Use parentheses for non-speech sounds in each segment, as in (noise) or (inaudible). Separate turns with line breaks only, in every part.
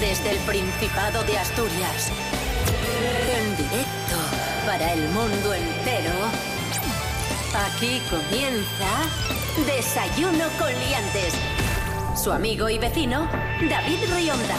Desde el Principado de Asturias. En directo para el mundo entero. Aquí comienza Desayuno con Liantes. Su amigo y vecino, David Rionda.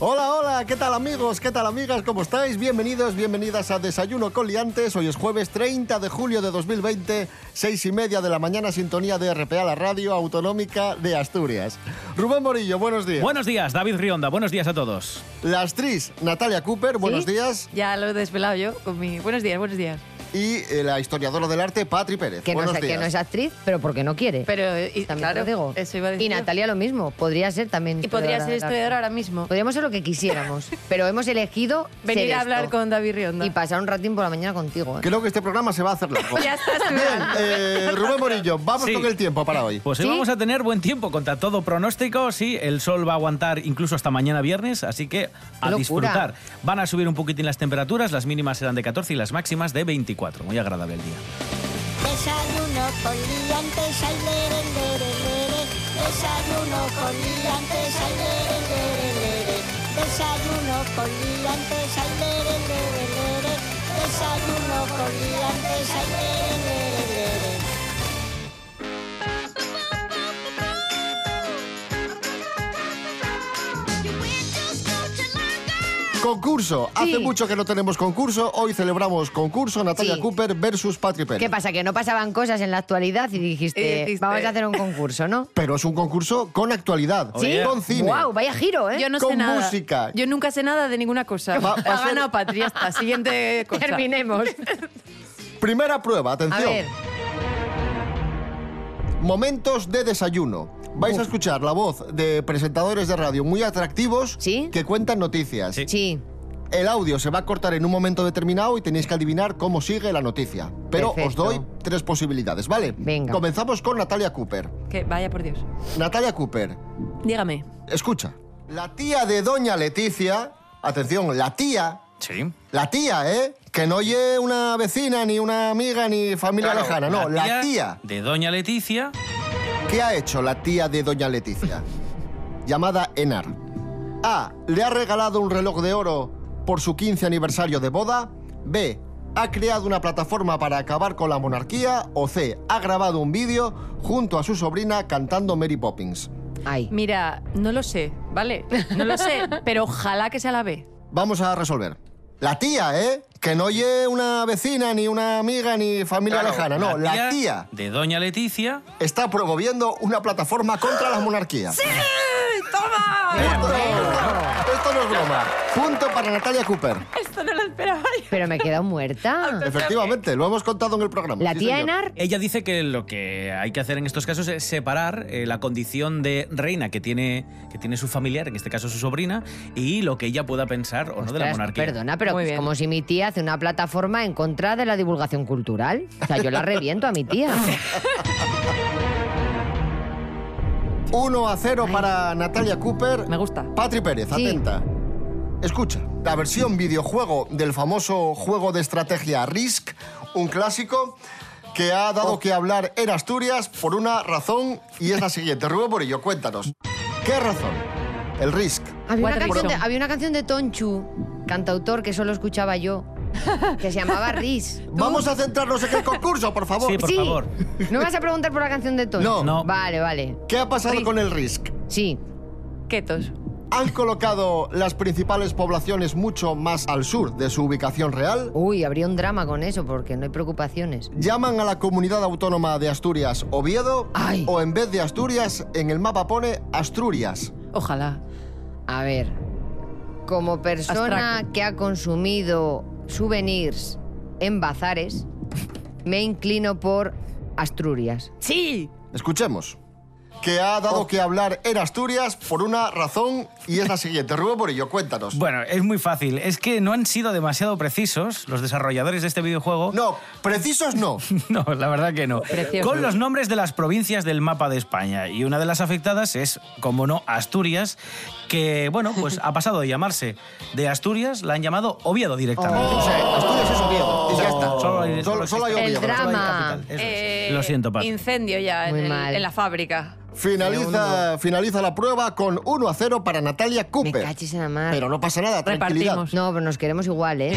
Hola, hola, ¿qué tal amigos? ¿Qué tal amigas? ¿Cómo estáis? Bienvenidos, bienvenidas a Desayuno con Liantes. Hoy es jueves 30 de julio de 2020, seis y media de la mañana, sintonía de RPA, la radio autonómica de Asturias. Rubén Morillo, buenos días.
Buenos días, David Rionda. Buenos días a todos.
Las tris, Natalia Cooper, buenos
¿Sí?
días.
Ya lo he desvelado yo con mi... Buenos días, buenos días.
Y eh, la historiadora del arte, Patri Pérez.
que no,
buenos
es, que
días.
no es actriz, pero porque no quiere.
Pero, eh, y,
También te
claro,
lo digo.
eso iba a decir
y
yo.
Natalia lo mismo, podría ser también.
Y podría ser
del
historiadora
arte.
ahora mismo.
Podríamos ser lo
(laughs)
que quisiéramos, pero hemos elegido
Venir
ser
a hablar
esto.
con David Rionda.
y pasar un ratín por la mañana contigo. ¿eh?
Creo que este programa se va a hacer largo.
Ya estás tú.
Bien, eh, Rubén Morillo, vamos
Sí.
con el tiempo para hoy.
Pues hoy
¿Sí?
vamos a tener buen tiempo contra todo pronóstico. Sí, el sol va a aguantar incluso hasta mañana viernes, así que a
locura!
disfrutar. Van a subir un poquitín las temperaturas, las mínimas serán de 14 y las máximas de 24. Muy agradable el día.
Desayuno con liantes al lere, lere, lere. Desayuno con liantes al lere, lere, lere. Desayuno con liantes al lere, lere, lere. Desayuno con liantes al lere, lere, lere.
Concurso. Hace
Sí.
mucho que no tenemos concurso. Hoy celebramos concurso Natalia
Sí.
Cooper versus Patri Pérez.
¿Qué pasa? Que no pasaban cosas en la actualidad y dijiste,
Y dijiste-
Este, vamos a hacer un concurso, ¿no?
(laughs) Pero es un concurso con actualidad,
¿Sí?
con cine.
¡Wow! Vaya giro, ¿eh?
Yo no sé
Con
nada.
música.
Yo nunca sé nada de ninguna cosa.
Va- va a
ha
ser-
ganado Patri, ya está.
(laughs)
Siguiente cosa.
Terminemos.
Primera prueba,
A
atención.
ver,
Momentos de desayuno. Vais a escuchar la voz de presentadores de radio muy atractivos
¿Sí?
que cuentan noticias.
Sí.
sí.
El audio se va a cortar en un momento determinado y tenéis que adivinar cómo sigue la noticia. Pero
Perfecto.
os doy tres posibilidades, ¿vale?
Venga.
Comenzamos con Natalia Cooper.
Que vaya por Dios.
Natalia Cooper,
Dígame.
escucha. La tía de Doña Leticia, atención, la tía
Sí.
La tía, ¿eh? Que no oye una vecina, ni una amiga, ni familia lejana. No, la tía.
De Doña Leticia.
¿Qué ha hecho la tía de Doña (laughs) Leticia? Llamada Enar. A. Le ha regalado un reloj de oro por su 15 aniversario de boda. B. Ha creado una plataforma para acabar con la monarquía. O C. Ha grabado un vídeo junto a su sobrina cantando Mary Poppins.
Ahí.
Mira, no lo sé, ¿vale? No lo
(laughs)
sé, pero ojalá que sea la B.
Vamos a resolver. La tía, ¿eh? Que no oye una vecina, ni una amiga, ni familia lejana. No, la tía.
De Doña Leticia.
está promoviendo una plataforma contra la monarquía. ¡Sí! ¡Toma! Esto, esto no es broma. Punto para Natalia Cooper.
Esto no lo esperaba yo.
Pero me he
(laughs)
quedado muerta.
Efectivamente, lo hemos contado en el programa.
La
Sí,
tía
señor.
Enar,
Ella dice que lo que hay que hacer en estos casos es separar eh, la condición de reina que tiene, que tiene su familiar, en este caso su sobrina, y lo que ella pueda pensar o no de la
Ostras,
monarquía.
Perdona, pero
Muy
es
bien.
como si mi tía hace una plataforma en contra de la divulgación cultural. O sea, yo la reviento a
(laughs)
mi tía.
1 a 0 para Natalia Cooper.
Me gusta.
Patri Pérez,
Sí.
atenta. Escucha, la versión videojuego del famoso juego de estrategia Risk, un clásico que ha dado que hablar en Asturias por una razón y es la siguiente. Rubén Borillo, cuéntanos. ¿Qué razón? El Risk.
Había una,
What
canción de,
reason?
había una canción de Tonchu, cantautor que solo escuchaba yo, que
(laughs)
se llamaba Riz.
Vamos a centrarnos en el concurso, por favor.
Sí, por
Sí.
favor.
¿No me vas a preguntar por la canción de Tonchu?
No.
No.
Vale, vale.
¿Qué ha pasado con el RISC?
Sí.
Ketos.
Han colocado las principales poblaciones mucho más al sur de su ubicación real.
Uy, habría un drama con eso porque no hay preocupaciones.
Llaman a la comunidad autónoma de Asturias Oviedo
Ay.
o en vez de Asturias en el mapa pone Asturias.
Ojalá.
A ver, como persona
Astraco.
que ha consumido souvenirs en bazares, me inclino por Asturias.
¡Sí!
Escuchemos. Que ha dado que hablar en Asturias por una razón y es la siguiente. Rubén Borillo, cuéntanos.
Bueno, es muy fácil. Es que no han sido demasiado precisos los desarrolladores de este videojuego.
No, precisos no.
(laughs) No, la verdad que no.
Precioso.
Con los nombres de las provincias del mapa de España. Y una de las afectadas es, como no, Asturias, que, bueno, pues ha pasado de llamarse de Asturias, la han llamado Oviedo
Oh.
directamente.
O sea, Asturias es Oviedo. Y ya está.
Solo hay-
Solo, solo hay
existe-
El
Oviedo.
drama.
solo hay capital, eso es.
Eh,
lo siento, Pat.
Incendio ya en,
Muy
el-
mal.
en la fábrica.
Finaliza, finaliza la prueba con 1 a 0 para Natalia
Me
Cooper.
cachis en la mar.
Pero no pasa nada, tranquilidad.
Repartimos.
No, pero nos queremos igual, ¿eh?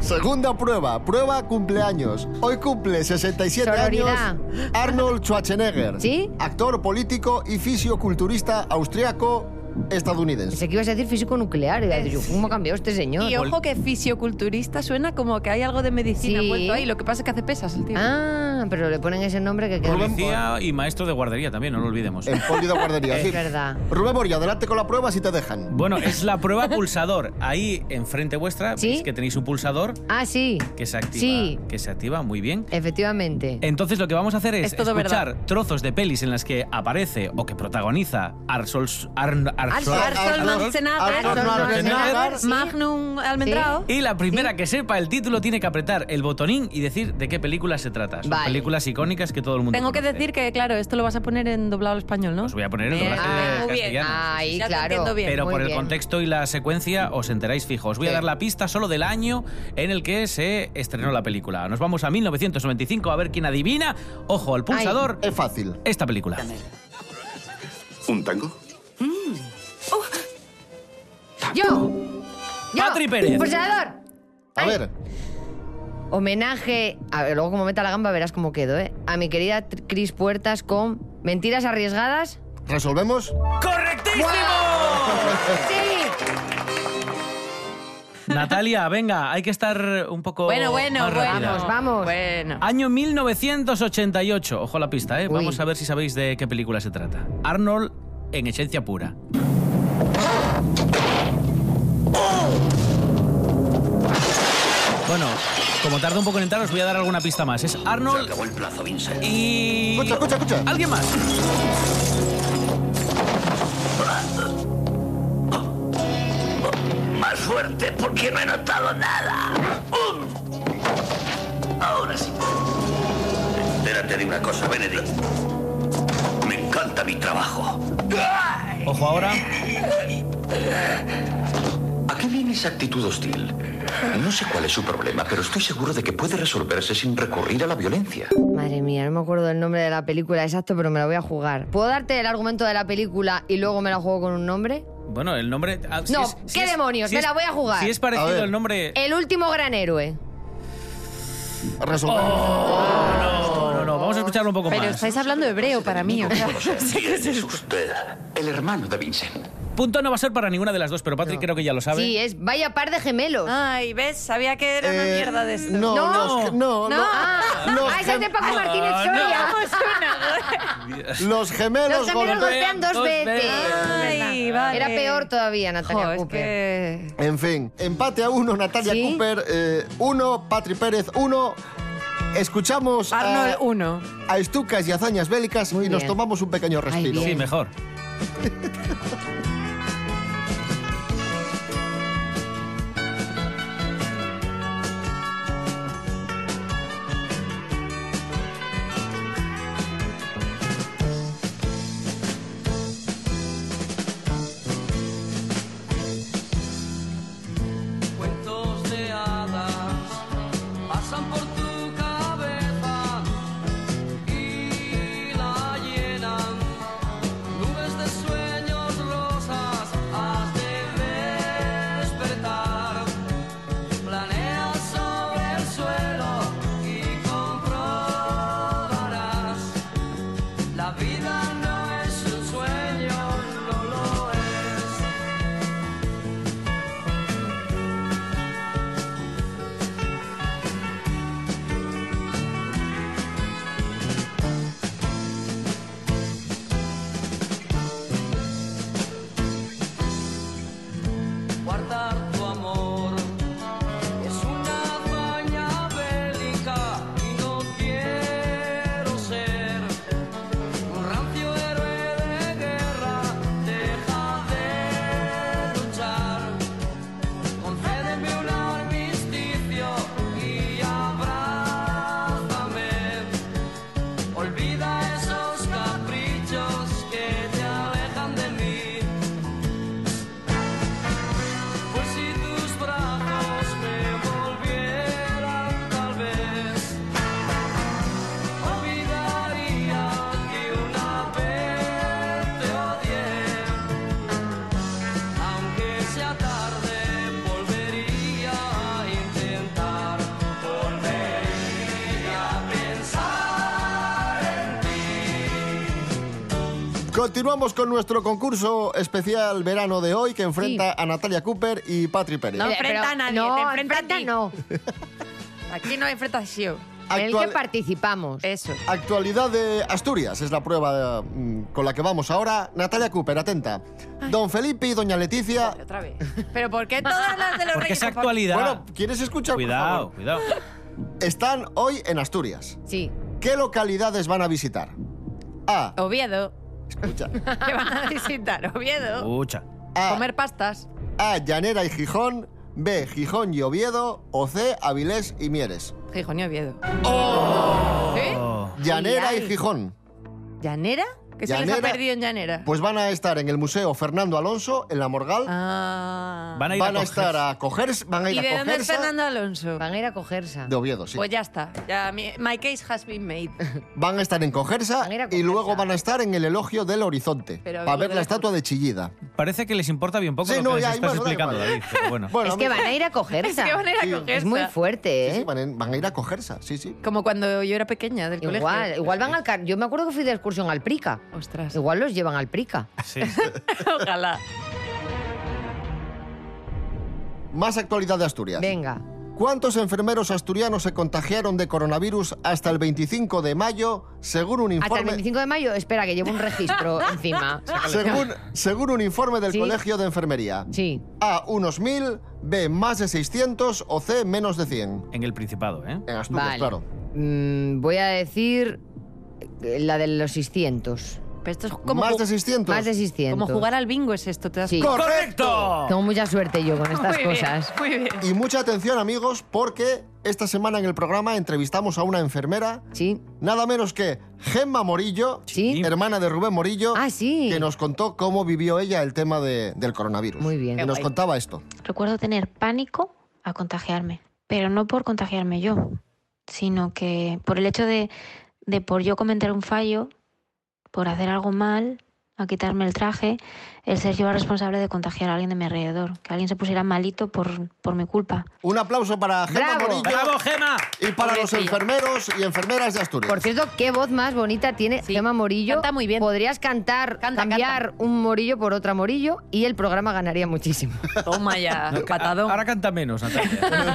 Segunda prueba, prueba cumpleaños. Hoy cumple 67
Sororidad.
años Arnold Schwarzenegger.
¿Sí?
Actor, político y fisioculturista austriaco estadounidense.
Pensé que ibas a decir físico nuclear. Y iba a decir, yo, ¿Cómo ha cambiado este señor?
Y ojo que fisioculturista suena como que hay algo de medicina
Sí.
vuelto ahí. Lo que pasa es que hace pesas el tío.
Ah, pero le ponen ese nombre que queda...
Policía y maestro de guardería también, no lo olvidemos.
En poli de
(laughs)
(laughs)
guardería, sí.
Es verdad.
Rubén Borja, adelante con la prueba si te dejan.
Bueno, es la prueba pulsador. Ahí enfrente vuestra,
¿Sí?
veis que tenéis un pulsador
Ah, sí.
que se activa.
Sí,
Que se activa, muy bien.
efectivamente.
Entonces lo que vamos a hacer es,
Es todo
escuchar trozos de pelis en las que aparece o que protagoniza Arnold Arn- Arnold-
Arnold
Arnold Schwarzenegger.
Sí.
Magnum Almendrao.
Y la primera que sepa el título tiene que apretar el botonín y decir de qué película se trata. Son
Vale.
películas icónicas que todo el mundo
Tengo que
conoce.
decir que, claro, esto lo vas a poner en doblado al español, ¿no? Eh,
Os voy a poner el
Bien.
doblaje
Ah,
de
muy bien.
castellano.
Ahí,
Ya te
claro.
entiendo bien.
Pero
Muy
por el
bien.
contexto y la secuencia os enteráis fijo. Os voy a
Sí.
dar la pista solo del año en el que se estrenó la película. Nos vamos a 1995 a ver quién adivina. Ojo, al pulsador.
Es fácil.
Esta película.
¿Un tango?
Mm.
Oh.
¡Yo! ¡Yo!
Patri Pérez.
¡Pulsador!
A
Ay.
ver,
Homenaje, a ver, luego como meta la gamba verás cómo quedo, ¿eh? A mi querida Tr- Cris Puertas con Mentiras
(laughs)
Arriesgadas.
¿resolvemos?
¡Correctísimo!
¡Sí!
Natalia, venga, hay que estar un poco.
Bueno, bueno,
más
bueno.
rápida.
Vamos, vamos.
Bueno.
Año 1988. Ojo a la pista, ¿eh?
Uy.
Vamos a ver si sabéis de qué película se trata. Arnold en esencia pura. Bueno, como tarda un poco en entrar, os voy a dar alguna pista más. Es Arnold
Acabó el plazo, Vincent.
y.
Escucha, escucha, escucha.
¿Alguien más?
Más fuerte porque no he notado nada. ¡Um! Ahora sí. Entérate de una cosa, Benedict. Me encanta mi trabajo.
Ojo ahora.
¿A qué Eh, viene esa actitud hostil? No sé cuál es su problema, pero estoy seguro de que puede resolverse sin recurrir a la violencia.
Madre mía, no me acuerdo el nombre de la película exacto, pero me la voy a jugar. ¿Puedo darte el argumento de la película y luego me la juego con un nombre?
Bueno, el nombre. ah,
No, ¿qué demonios? Me la voy a jugar.
Si es
A
parecido
ver.
el nombre.
El último gran héroe.
Resolvemos.
Oh, No, no, no, vamos a escucharlo un poco
Pero
más.
estáis hablando hebreo para mí. o sea, no sé qué es
es
eso.
usted? El hermano de Vincent.
Punto no va a ser para ninguna de las dos, pero Patrick creo que ya lo sabe.
Sí, es Vaya par de gemelos.
Ay, ¿ves? Sabía que era una
Eh,
mierda de esto.
No,
No.
los, ge- no,
No.
lo-
Ah,
los
ah, ese es de Paco
gem-
Martínez
Ah, (laughs)
Soria.
no.
los gemelos,
Los gemelos
golpe-
golpean dos
dos
veces.
veces.
Ay, vale.
Era peor todavía, Natalia
Jo, es
Cooper.
que-
En fin, empate a uno, Natalia
¿Sí?
Cooper, eh, uno, Patri Pérez, uno. Escuchamos
Arnold
a,
1.
a Estucas y Hazañas Bélicas y
Muy
nos
bien.
tomamos un pequeño respiro.
bien.
Sí, mejor.
cuentos de hadas pasan por tu cabeza y la llenan nubes de sueños rosas. Pues
Continuamos con nuestro concurso especial verano de hoy que enfrenta
Sí.
a Natalia Cooper y Patri Pérez.
No
Eh,
enfrenta
pero-
a nadie,
no,
te enfrenta a
enfrenta
ti.
no.
(laughs) Aquí no hay fretación.
En el
Actual-
que participamos.
Eso.
Actualidad de Asturias es la prueba mm, con la que vamos ahora. Natalia Cooper, atenta. Don Felipe y Doña Leticia.
Otra vez. Pero ¿por qué todas las de los
Porque
reyes?
es actualidad.
Bueno, ¿quieres escuchar? por
cuidado,
favor?
cuidado.
Están hoy en Asturias.
Sí.
¿Qué localidades van a visitar? A.
Oviedo.
ah. Escucha.
(laughs) Que van a visitar Oviedo.
Mucha.
A.
Comer pastas.
A. Llanera y Gijón. B. Gijón y Oviedo. O C. Avilés y Mieres.
Gijón y Oviedo. ¿Sí?
Oh.
Llanera
Ay,
y
ay.
Gijón.
¿Llanera? ¿Qué se les ha
Llanera.
perdido en Llanera?
Pues van a estar en el Museo Fernando Alonso, en la Morgal.
Ah.
Van a ir
Van a,
a,
estar
coger-
a cogerse. Van a ir
¿Y
a
de dónde es
cogerse
Fernando Alonso?
Van a ir a cogerse.
de Oviedo, sí.
Pues ya está. Ya, mi- my case has been made.
Van a estar en Cogersa
Van a ir a
y
Cogersa.
luego van a estar en el elogio del horizonte
Pero
para
digo
ver
de
la
la-
estatua de Chillida.
Parece que les importa bien poco
Sí,
lo que
no,
les
ya,
estás
bueno, da
explicando,
igual.
David. pero bueno.
Bueno,
Es que
amigos,
van a ir a
(laughs)
cogerse.
Es que van a ir a
Sí.
cogerse.
Es muy
sí,
fuerte,
sí,
¿eh?
van, en- van a ir a Cogersa,
(laughs)
sí, sí.
Como cuando yo era pequeña del
Igual,
colegio.
igual van al... car- Yo me acuerdo que fui de excursión al Prica.
Ostras.
Igual los llevan al Prica.
Sí.
Ojalá.
Más actualidad de Asturias.
Venga.
¿Cuántos enfermeros asturianos se contagiaron de coronavirus hasta el 25 de mayo, según un
Hasta el
informe?
25 de mayo, espera, que llevo
(laughs)
un registro
(laughs)
encima.
Según, según un informe del
Sí.
Colegio de Enfermería.
Sí.
A, unos 1.000, B, más de 600 o C, menos de 100.
En el Principado, ¿eh?
En Asturias,
Vale.
claro.
Mm, voy a decir eh, la de los 600.
Pero esto es como,
(laughs) ¿Más
ju-
de 600?
Más de 600.
como jugar al bingo es esto. Te das
Sí.
cuenta.
¡Correcto!
Tengo mucha suerte yo con
(laughs)
estas
Muy bien,
cosas.
muy bien.
Y mucha atención, amigos, porque esta semana en el programa entrevistamos a una enfermera,
Sí.
nada menos que Gemma Morillo,
Sí.
hermana de Rubén Morillo,
Ah, sí.
que nos contó cómo vivió ella el tema de- del coronavirus.
Muy bien.
Y nos contaba esto.
Recuerdo tener pánico a contagiarme, pero no por contagiarme yo, sino que por el hecho de, de por yo cometer un fallo, por hacer algo mal, a quitarme el traje, el ser yo la responsable de contagiar a alguien de mi alrededor, que alguien se pusiera malito por, por mi culpa.
Un aplauso para Gemma
Bravo.
Morillo
¡Bravo, Gema!
y para los
Pobrecilla.
enfermeros y enfermeras de Asturias.
Por cierto, qué voz más bonita tiene
Sí.
Gemma Morillo.
Canta muy bien.
Podrías cantar,
Canta,
cambiar un Morillo por otra Morillo y el programa ganaría muchísimo.
(laughs) Toma
(laughs)
ya, patadón.
Ahora canta menos, Natalia.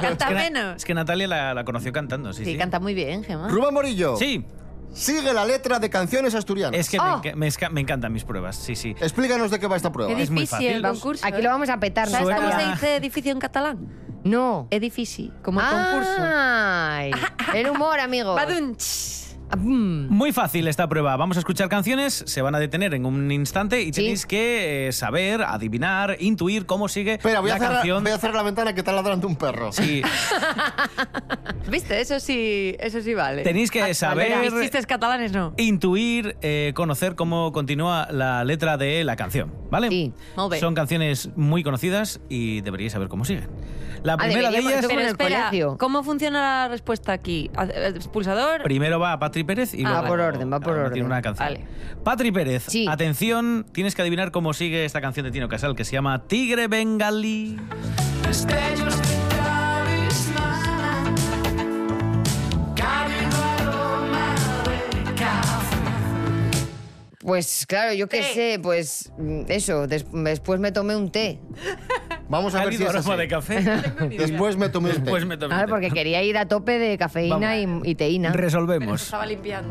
(laughs) Canta
Es que Na-
menos.
Es que Natalia la, la conoció cantando, sí,
Sí,
sí.
canta muy bien, Gemma.
Rubén Morillo,
Sí,
sigue la letra de canciones asturianas.
es que
Oh.
me, enca- me esca- me encantan mis pruebas, sí, sí.
Explícanos de qué va esta
Qué
prueba.
Es muy
difícil el
fácil.
concurso. ¿eh?
Aquí lo vamos a petar.
¿Sabes
Natalia.
cómo se dice edificio en catalán?
No.
Edifici, como el concurso.
Ay, el humor, amigo. Ah, mm.
Badunch.
Muy fácil esta prueba. Vamos a escuchar canciones, se van a detener en un instante y tenéis que eh, saber, adivinar, intuir cómo sigue
Espera, voy a,
la
cerrar,
canción.
voy a cerrar la ventana que está ladrando un perro. (laughs)
Sí,
¿Viste? Eso sí, eso sí vale.
tenéis
Ah,
que saber,
Mis chistes catalanes no.
intuir, eh, conocer cómo continúa la letra de la canción, ¿vale?
Sí,
molt bé.
Son canciones muy conocidas y deberíais saber cómo siguen.
Ah,
La primera de
deberíamos,
ellas,
esto como en el colegio.
¿cómo funciona la respuesta aquí? ¿Expulsador?
primero va Patri Pérez y
Ah,
luego
va por orden, va por
Ahora
orden.
tiene una canción.
Vale.
Patri Pérez,
Sí.
atención, tienes que adivinar cómo sigue esta canción de Tino Casal que se llama Tigre Bengalí.
pues claro, yo qué
Té.
sé, pues mm, eso, des- después me tomé un té.
Vamos a ver si
Cálido
es
aroma
así.
de café.
Después me tomé un té.
Después me tomé un
Claro,
té.
porque quería ir a tope de cafeína y, y teína.
Resolvemos.
limpiando.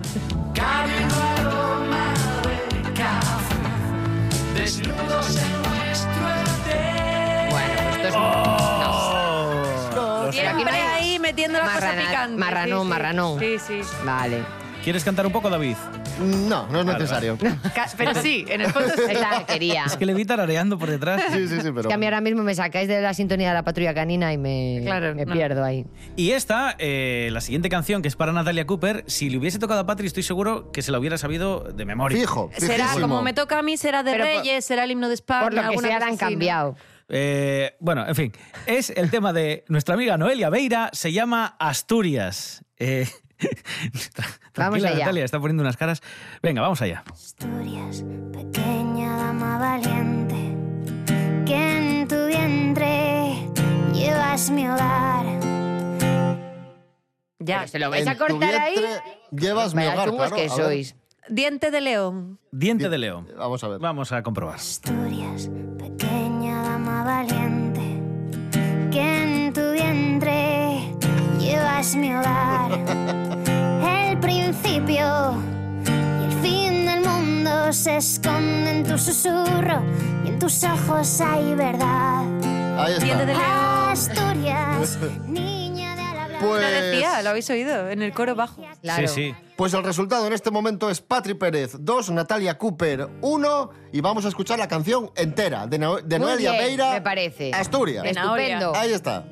Bueno, pues esto es
Oh.
Pero aquí no
Siempre
hay-
ahí metiendo la cosa
Marrana-
picante.
Pues marranón, marranón.
Sí, sí.
Vale.
¿Quieres cantar un poco, David?
No, no es necesario.
(laughs)
Ca- Pero sí, en el fondo sí.
Esta la quería.
Es que le vi tarareando por detrás.
(laughs) Sí, sí, sí, pero.
Es que a mí ahora mismo me sacáis de la sintonía de la patrulla canina y me,
Claro,
me
no.
pierdo ahí.
Y esta, eh, la siguiente canción, que es para Natalia Cooper, si le hubiese tocado a Patri, estoy seguro que se la hubiera sabido de memoria.
Fijo,
Será,
fijísimo.
como me toca a mí, será de
Pero por-
Reyes, será el himno de España.
Por lo que
alguna
sea, la
cosa
han
así, ¿no?
cambiado.
Eh, bueno, en fin, es el tema de nuestra amiga Noelia Beira, se llama Asturias. Eh, (laughs) tra-
Vamos
tranquila,
allá.
Natalia, está poniendo unas caras. Venga, vamos allá.
Asturias, pequeña dama valiente, que en tu vientre llevas mi hogar.
Ya.
Pero se lo vais
En
a
tu
cortar ahí.
vientre Llevas mi
Vaya
hogar,
chungos
claro,
que
a ver.
sois.
Diente de león.
Diente de león.
Vamos a ver.
Vamos a comprobar.
Asturias, pequeña dama valiente, que en tu vientre llevas mi
(laughs)
hogar. El principio y el fin del mundo se esconden en tu susurro y en tus ojos hay verdad.
Ahí
Diente de
está.
león.
Asturias, niña de ala blanca.
Lo
Pues,
decía, lo habéis oído en el coro bajo.
Claro.
Sí, sí.
pues el resultado en este momento es Patri Pérez 2, Natalia Cooper 1 y vamos a escuchar la canción entera de, No- de
Muy
Noelia
bien,
Beira.
me parece.
Asturias.
Venga.
Estupendo.
Ahí está.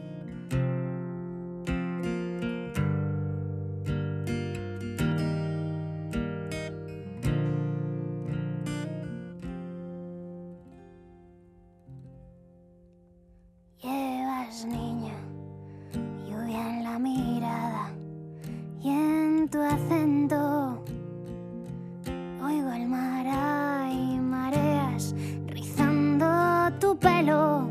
Llevas, niña, lluvia en la mirada y en tu acento. Oigo el mar y mareas rizando tu pelo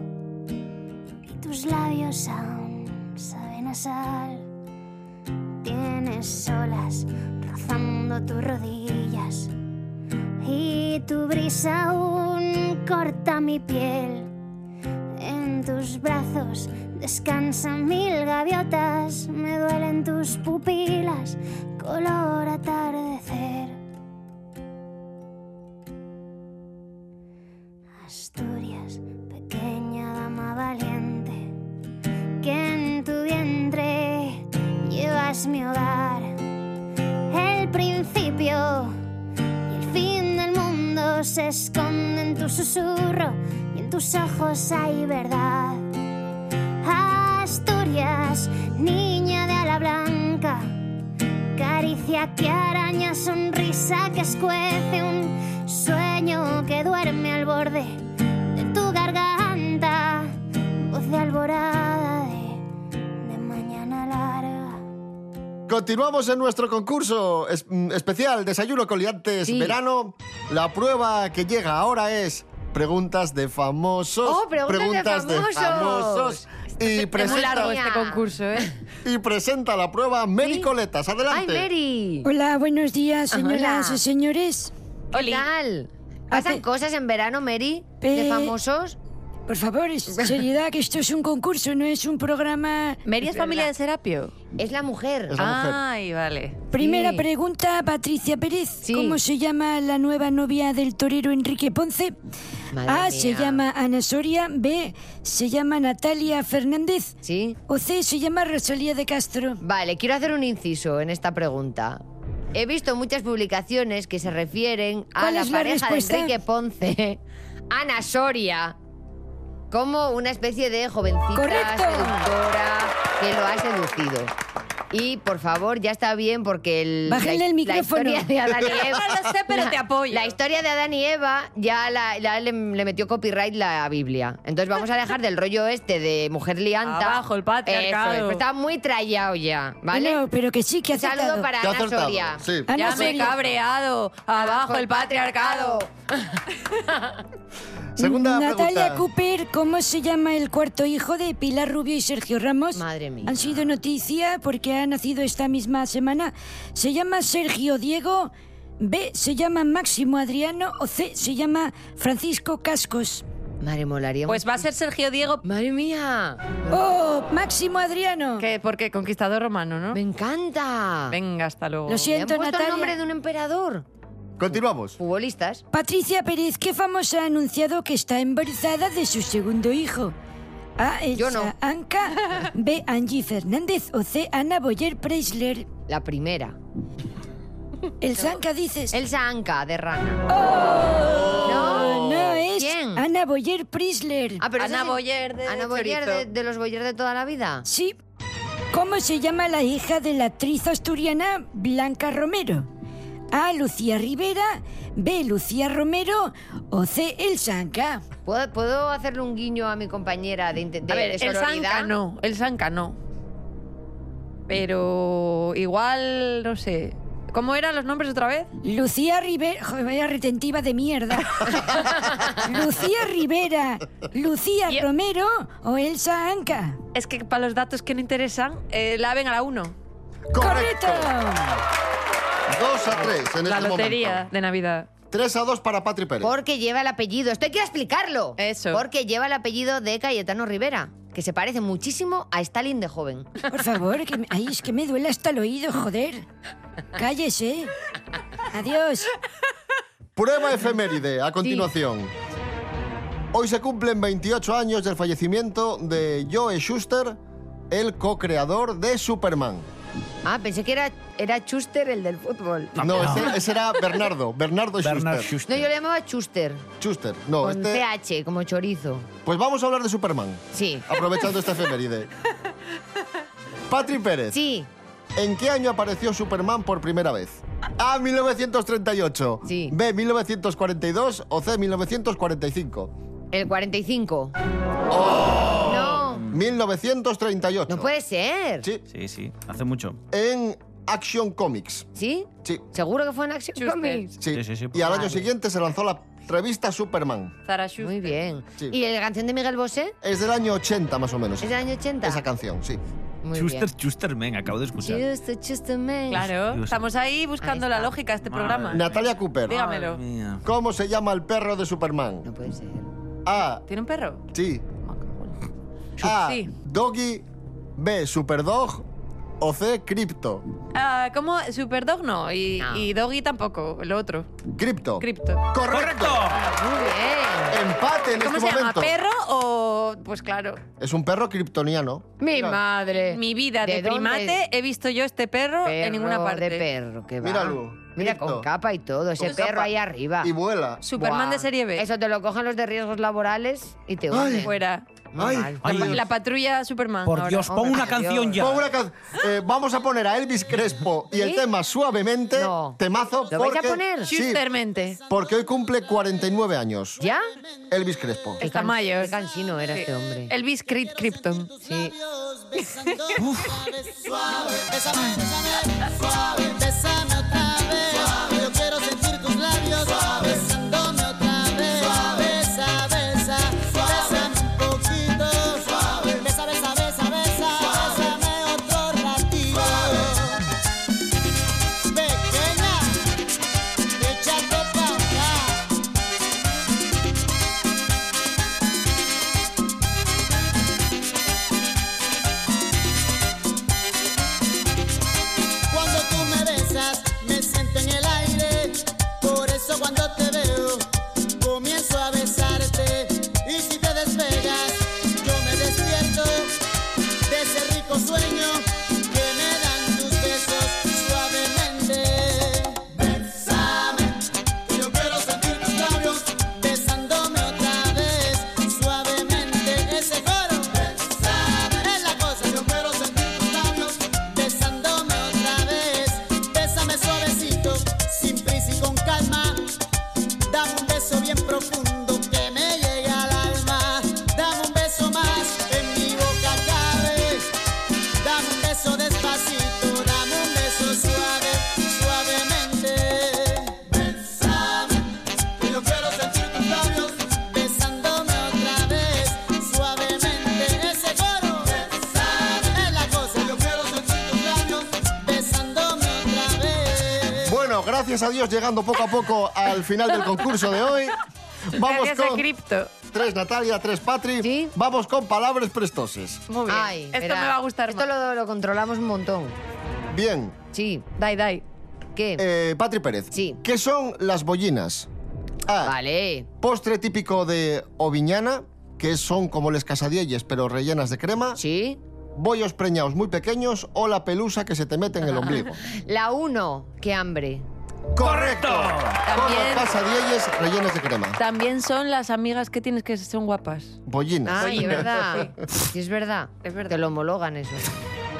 y tus labios aún saben a sal. Tienes olas rozando tus rodillas y tu brisa aún corta mi piel. En tus brazos descansan mil gaviotas, me duelen tus pupilas, color atardecer. Asturias, pequeña dama valiente, que en tu vientre llevas mi hogar. El principio y el fin del mundo se esconde en tu susurro y en tus ojos hay verdad. Asturias, niña de ala blanca, caricia que araña, sonrisa que escuece un sueño que duerme al borde de tu garganta, voz de alborada de, de mañana larga.
Continuamos en nuestro concurso es- mm, especial Desayuno con liantes
Sí.
verano. La prueba que llega ahora es preguntas de famosos.
Oh, preguntas de famosos.
Y
Presenta-
Muy largo
presenta,
este concurso, ¿eh?
(laughs) y presenta la prueba Mary
Sí.
Coletas.
¡Ay,
Adelante.
Mary!
Hola, buenos días,
Hola.
señoras y señores.
¿Qué
Oli.
tal? ¿Pasan
Hace-
cosas en verano, Mary? ¿De
Eh,
famosos?
Por favor, es- seriedad, que esto es un concurso, no es un programa.
Mary es familia de Serapio.
Es la mujer.
Es la mujer.
Ay, vale.
Primera
Sí.
pregunta, Patricia Pérez.
Sí.
¿Cómo se llama la nueva novia del torero Enrique Ponce?
Madre
A. Se
mía.
llama Ana Soria. B. Se llama Natalia Fernández.
Sí.
O C. Se llama Rosalía de Castro.
Vale, quiero hacer un inciso en esta pregunta. He visto muchas publicaciones que se refieren a
¿Cuál
la
es la
pareja de
respuesta?
Enrique Ponce, Ana Soria, como una especie de jovencita
Correcto.
seductora que lo ha seducido. Y por favor, ya está bien porque el,
Bájenle el micrófono.
historia de
(laughs)
Adán y Eva.
No lo sé, pero
la-
te apoyo.
La historia de Adán y Eva ya, la- la- le, le metió copyright la Biblia. Entonces vamos a dejar del rollo este de mujer lianta.
Abajo el patriarcado.
Eso es, pues está muy trallado ya, ¿vale?
No, pero que sí, que ha
Un saludo
acertado.
para
Te ha
Ana
acertado,
Soria.
sí.
Ana
Ya me he
Soria.
cabreado. Abajo el patriarcado.
Segunda pregunta.
Natalia Cooper, ¿cómo se llama el cuarto hijo de Pilar Rubio y Sergio Ramos?
Madre mía.
Han sido noticia porque ha nacido esta misma semana. Se llama Sergio Diego, B se llama Máximo Adriano o C se llama Francisco Cascos.
Madre molaría.
Pues va a ser Sergio Diego.
Madre mía,
¡Oh, Máximo Adriano!
que Porque conquistador romano, ¿no?
me encanta.
Venga, hasta luego.
Lo
¿Le han
siento,
puesto
Natalia.
el nombre de un emperador.
Continuamos.
Futbolistas.
Patricia Pérez, ¿qué famosa ha anunciado que está embarazada de su segundo hijo? A.
Yo
Elsa
no.
Anca, B. Angie Fernández o C. Ana Boyer Preisler.
La primera.
El Sanca dices.
Elsa Anca, de Rana.
No, no es
¿Quién?
Ana Boyer Prisler.
Ah, pero
Ana
esa sí-
Boyer de
Ana Boyer
chorizo.
de, de los Boyer de toda la vida.
Sí. ¿Cómo se llama la hija de la actriz asturiana Blanca Romero? A. Lucía Rivera, B. Lucía Romero o C. El
(laughs)
Sanca.
¿Puedo, puedo hacerle un guiño a mi compañera de, inte- de-
A ver,
de
el
sororidad?
Sanca no, el Sanca no. Pero igual, no sé. ¿Cómo eran los nombres otra vez?
Lucía Rivera, joder, vaya retentiva de
(laughs)
mierda. Lucía Rivera, Lucía
Y-
Romero o Elsa Anca.
Es que para los datos que no interesan, eh, la ven a la 1.
Correcto.
2 a 3 en
La
este
lotería
momento.
de Navidad.
3 a 2 para Patri Pérez.
Porque lleva el apellido. Esto hay que explicarlo. Eso. Porque lleva el apellido de Cayetano Rivera, que se parece muchísimo a Stalin de joven.
Por favor, que me- ay, es que me duele hasta el oído, joder. Cállese. Adiós.
Prueba efeméride, a continuación. Hoy se cumplen 28 años del fallecimiento de Joe Schuster, el co-creador de Superman.
Ah, pensé que era, era Schuster el del fútbol.
No, ese, ese era Bernardo, Bernardo Schuster.
No, yo le llamaba Schuster.
Schuster, no,
con
este...
TH, como chorizo.
Pues vamos a hablar de Superman.
Sí.
Aprovechando esta
(laughs)
efeméride. Patri Pérez.
Sí.
¿En qué año apareció Superman por primera vez? A, 1938. Sí. B, 1942 o C, 1945.
El 45.
Oh.
No.
1938. No
puede ser.
Sí.
Sí, sí, hace mucho.
En Action Comics.
¿Sí?
Sí.
¿Seguro que fue en Action Comics?
Sí. y al año
Vale.
siguiente se lanzó la revista Superman.
Muy bien.
Sí.
¿Y la canción de Miguel Bosé?
Es del año 80 más o menos.
¿Es del año 80?
Esa canción, sí.
Muy
Schuster, Schuster, men, acabo de escuchar.
Schuster, Schuster, man.
Claro, estamos ahí buscando la lógica de este programa.
Natalia Cooper.
Dígamelo.
¿Cómo se llama el perro de Superman? No
puede ser.
A.
¿Tiene un perro? Ah,
Sí. A.
Sí.
Doggy. B. Superdog. O C. Crypto.
Ah, ¿Cómo? Superdog no y, y Doggy tampoco, el otro.
Crypto.
Crypto.
¡Correcto!
Muy bien.
Empate en
¿Cómo
este
se llama?
momento.
¿Perro o.? Pues claro.
Es un perro kryptoniano.
Mi
Mira,
madre.
Mi vida de,
¿De dónde?
primate he visto yo este perro, en ninguna
Perro
parte.
de perro, que va.
Míralo,
Mira, con capa y todo. Ese
Con
perro
capa.
ahí arriba.
Y vuela.
Superman de serie B.
Eso te lo cogen los de riesgos laborales y te
Ay.
hunden.
Fuera.
Ay, ay,
La patrulla Superman. ahora.
Pon una can- eh, vamos a poner a Elvis Crespo y el
¿Sí?
tema suavemente, temazo.
¿Lo vais a
porque-
poner?
Sí,
Schustermente.
porque hoy cumple 49 años.
¿Ya?
Elvis Crespo.
Está mayor. Qué cansino era este hombre.
Elvis Crypt Krypton.
Sí.
Suave, bésame, bésame, suave, bésame otra vez. Yo quiero sentir tus labios besándome otra vez. Besa, besa, bésame un poquito. Besa, besa, besa, besa, bésame otro ratito. Pequeña, échate pa' acá. Cuando tú me besas, me siento en el aire. Por eso cuando te veo, comienzo a besarte. Y si te despegas, yo me despierto de ese rico sueño que me dan tus besos suavemente. Bésame, que yo quiero sentir tus labios besándome otra vez suavemente. Ese coro, bésame, es la cosa. Yo quiero sentir tus labios besándome otra vez. Bésame suavecito, sin prisa y con calma. Dame un beso bien profundo que me llegue al alma. Dame un beso más en mi boca cabe. Dame un beso despacito, dame un beso suave, suavemente. Bésame, que yo quiero sentir tus labios besándome otra vez, suavemente. Ese coro, bésame, es la cosa. Yo quiero sentir tus labios besándome otra vez.
Bueno, gracias a Dios llegando poco a poco al final del concurso de
(laughs)
hoy. Vamos
Gracias a
con
Crypto.
tres Natalia, tres Patri. Vamos con palabras prestoses.
Muy bien. Esto me va a gustar
Esto lo, lo controlamos un montón.
Bien.
Sí. Dai, dai. ¿Qué?
Eh, Patri Pérez. Sí. ¿Qué son las bollinas? A.
Vale.
Postre típico de Oviñana, que son como les casadielles, pero rellenas de crema.
Sí.
Bollos preñados muy pequeños o la pelusa que se te mete en el ombligo.
(laughs) La 1, qué hambre.
¡Correcto! Con
También-
casadielles rellenas de crema.
También son las amigas que tienes que son guapas.
Bollinas.
Ay,
(laughs)
es verdad. Sí, es verdad. Es verdad. Te lo homologan eso.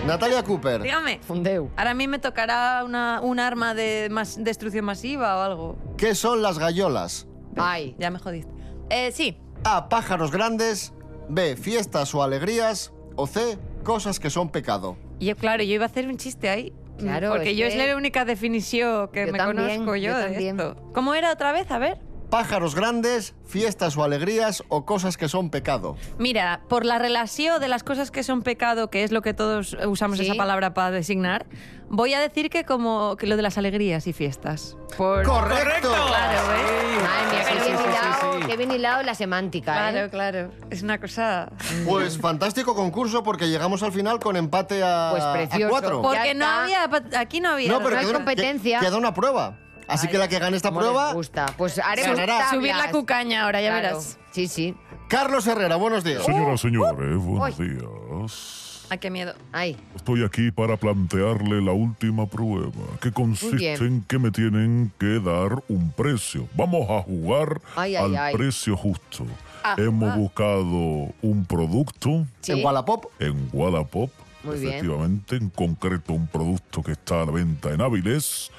Natalia Cooper.
Dígame.
Fundeu.
Ahora a mí me tocará una, un arma de mas- destrucción masiva o algo.
¿Qué son las gallolas?
Ay.
Ya me jodiste. Eh, sí.
A. Pájaros grandes. B. Fiestas o alegrías. O C. Cosas que son pecado.
Y yo, claro, yo iba a hacer un chiste ahí.
Claro,
Porque
es
yo es
que-
la única definición que
Yo
me
también,
conozco yo,
yo
de
también.
esto. ¿Cómo era otra vez? A ver.
pájaros grandes, fiestas o alegrías o cosas que son pecado.
Mira, por la relación de las cosas que son pecado, que es lo que todos eh, usamos esa palabra para designar, voy a decir que como que lo de las alegrías y fiestas. Por-
¡Correcto!
Claro, ¿eh?
Madre mía,
Sí,
qué
sí,
bien
sí,
hilado,
sí, sí.
qué bien hilado la semántica,
Claro,
¿eh?
claro. Es una cosa... Mm.
Pues fantástico concurso porque llegamos al final con empate a,
Pues precioso.
a cuatro.
Por-
Porque no
está.
había... pa- Aquí no había...
No, pero
hay
queda una,
competencia.
que- queda una prueba. Así que la que gane esta
Cómo
prueba,
les gusta. Pues haremos
Ganará.
tablas.
Subir la cucaña ahora, ya
Claro.
verás.
Sí, sí.
Carlos Herrera, buenos días.
Uh,
Señoras, señores, buenos días.
Ay, ah, qué miedo.
Ay,
Estoy aquí para plantearle la última prueba, que consiste
bien.
en que me tienen que dar un precio. Vamos a jugar
Ay, ay,
al
ay. Ah,
precio justo. Hemos buscado un producto
sí.
En Wallapop.
en Wallapop,
Muy bien.
efectivamente, en concreto un producto que está a la venta en Avilés.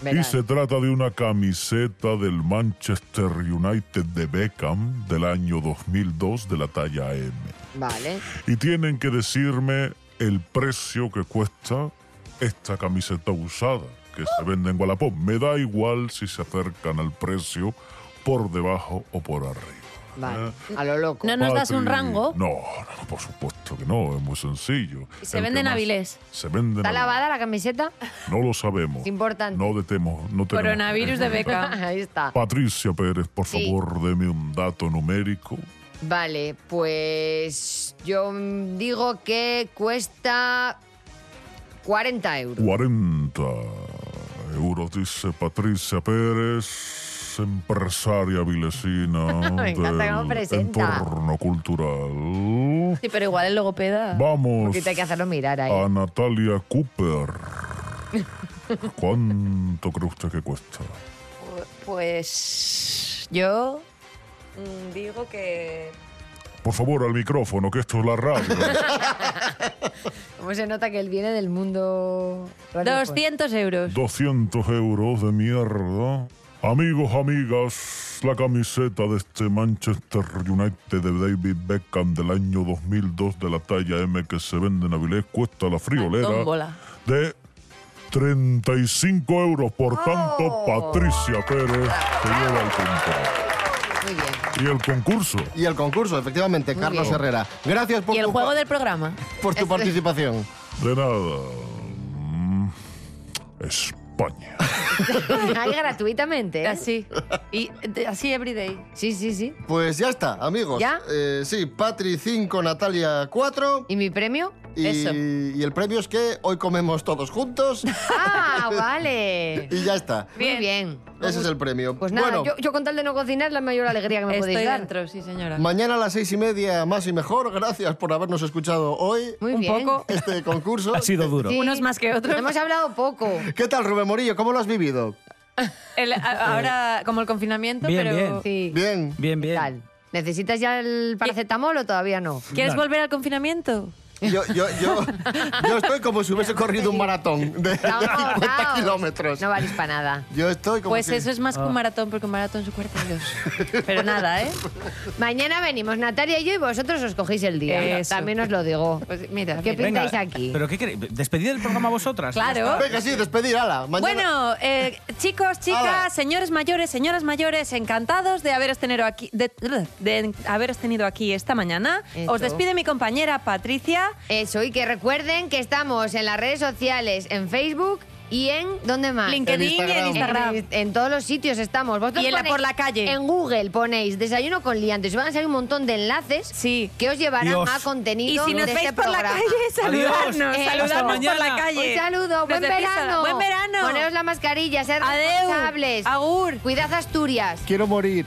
Y
Verás.
se trata de una camiseta del Manchester United de Beckham del año 2002 de la talla M.
Vale.
Y tienen que decirme el precio que cuesta esta camiseta usada que se vende en Wallapop. Me da igual si se acercan al precio por debajo o por arriba.
Vale. A lo loco.
No nos das un
Patri-
rango.
No, no, por supuesto que no, es muy sencillo.
Se
El que
venden
más-
Avilés.
Se venden
¿Está lavada la camiseta?
No lo sabemos.
Es importante.
No detemos, no tenemos.
Coronavirus de beca.
(laughs) Ahí
(laughs)
está.
Patricia Pérez, por
Sí.
favor, deme un dato numérico.
Vale, pues yo mm, digo que cuesta 40 euros.
40 euros, dice Patricia Pérez, empresaria vilesina
(laughs) Me encanta cómo
del
presenta.
entorno cultural.
Sí, pero igual el logopeda...
Vamos
Porque te hay que hacerlo mirar ahí.
a Natalia Cooper. ¿Cuánto cree usted que cuesta?
Pues yo mm, digo
(laughs)
que...
Por favor, al micrófono, que esto es la radio.
Ah.
¿Cómo se nota que él viene del mundo... radiofónico?
200 euros.
200 euros de mierda. Amigos, amigas, la camiseta de este Manchester United de David Beckham del año 2002 de la talla M que se vende en Avilés cuesta la friolera
Tómbola.
de 35 euros. Por tanto, Patricia Pérez se lleva el concurso.
Muy bien.
Y el concurso.
Y el concurso, efectivamente, Carlos
bien. Este-
Herrera. Gracias por
Y el
tu,
juego del programa.
por tu participación.
De nada. Mm, España.
Ahí gratuitamente, ¿eh?
Así. Y de- así everyday.
Sí, sí, sí.
Pues ya está, amigos.
¿Ya?
Eh, sí, Patri 5, Natalia 4.
¿Y mi premio?
Y,
Eso.
y el premio es que hoy comemos todos juntos
(laughs)
(laughs)
¡Ah, vale!
y ya está.
Muy bien.
Ese es el premio.
Pues nada,
bueno,
yo, yo con tal de no cocinar, la mayor alegría que me
Estoy
podéis dar.
dentro, sí, señora.
mañana a las seis y media, más y mejor. Gracias por habernos escuchado hoy
Muy
Un
bien. (laughs)
poco.
este concurso.
Ha sido duro.
Sí.
Unos más que otros.
Hemos hablado poco.
¿Qué tal, Rubén Morillo? ¿Cómo lo has vivido?
El- a- ahora, como el confinamiento,
Bien,
pero...
bien.
Sí.
Bien.
Bien, bien.
Tal. ¿Necesitas ya el paracetamol o todavía no?
¿Quieres
No.
volver al confinamiento?
Yo, yo,
(laughs)
yo, yo estoy como si hubiese corrido un maratón (laughs) de, de
Vamos,
50
vamos.
kilómetros.
No valís para nada.
Yo estoy como
Pues
si-
eso es más que
Ah.
un maratón, porque un maratón su cuarto Dios. Pero nada, ¿eh?
Mañana venimos Natalia y yo y vosotros os cogéis el día.
Eso.
También os lo digo.
Pues mira,
¿Qué
mira.
Venga,
pintáis aquí?
¿Pero qué queréis? ¿Despedid el programa vosotras?
Claro.
Venga, sí, despedir, ala. Mañana...
Bueno, eh, chicos, chicas,
Hala.
señores mayores, señoras mayores, encantados de haberos tenido aquí, de, de haberos tenido aquí esta mañana.
Eso.
Os despide mi compañera Patricia.
Eso, y que recuerden que estamos en las redes sociales, en Facebook y en. ¿Dónde más?
LinkedIn y en Instagram.
En, en todos los sitios estamos. Vosotros
Y en la-
ponéis-
por la calle.
En Google ponéis desayuno con liantes. Van a salir un montón de enlaces
Sí.
que os llevarán
Dios.
a
Y
contenido
si nos
de
veis
este
por
programa.
la calle, saludarnos.
Adiós.
Eh, hasta
saludarnos por
mañana.
la calle.
Un saludo, buen
Desde Pisa.
verano.
Buen verano.
Poneos la mascarilla, ser
Adeu.
responsables.
Agur.
(laughs) Cuidad Asturias.
(laughs)
Quiero morir.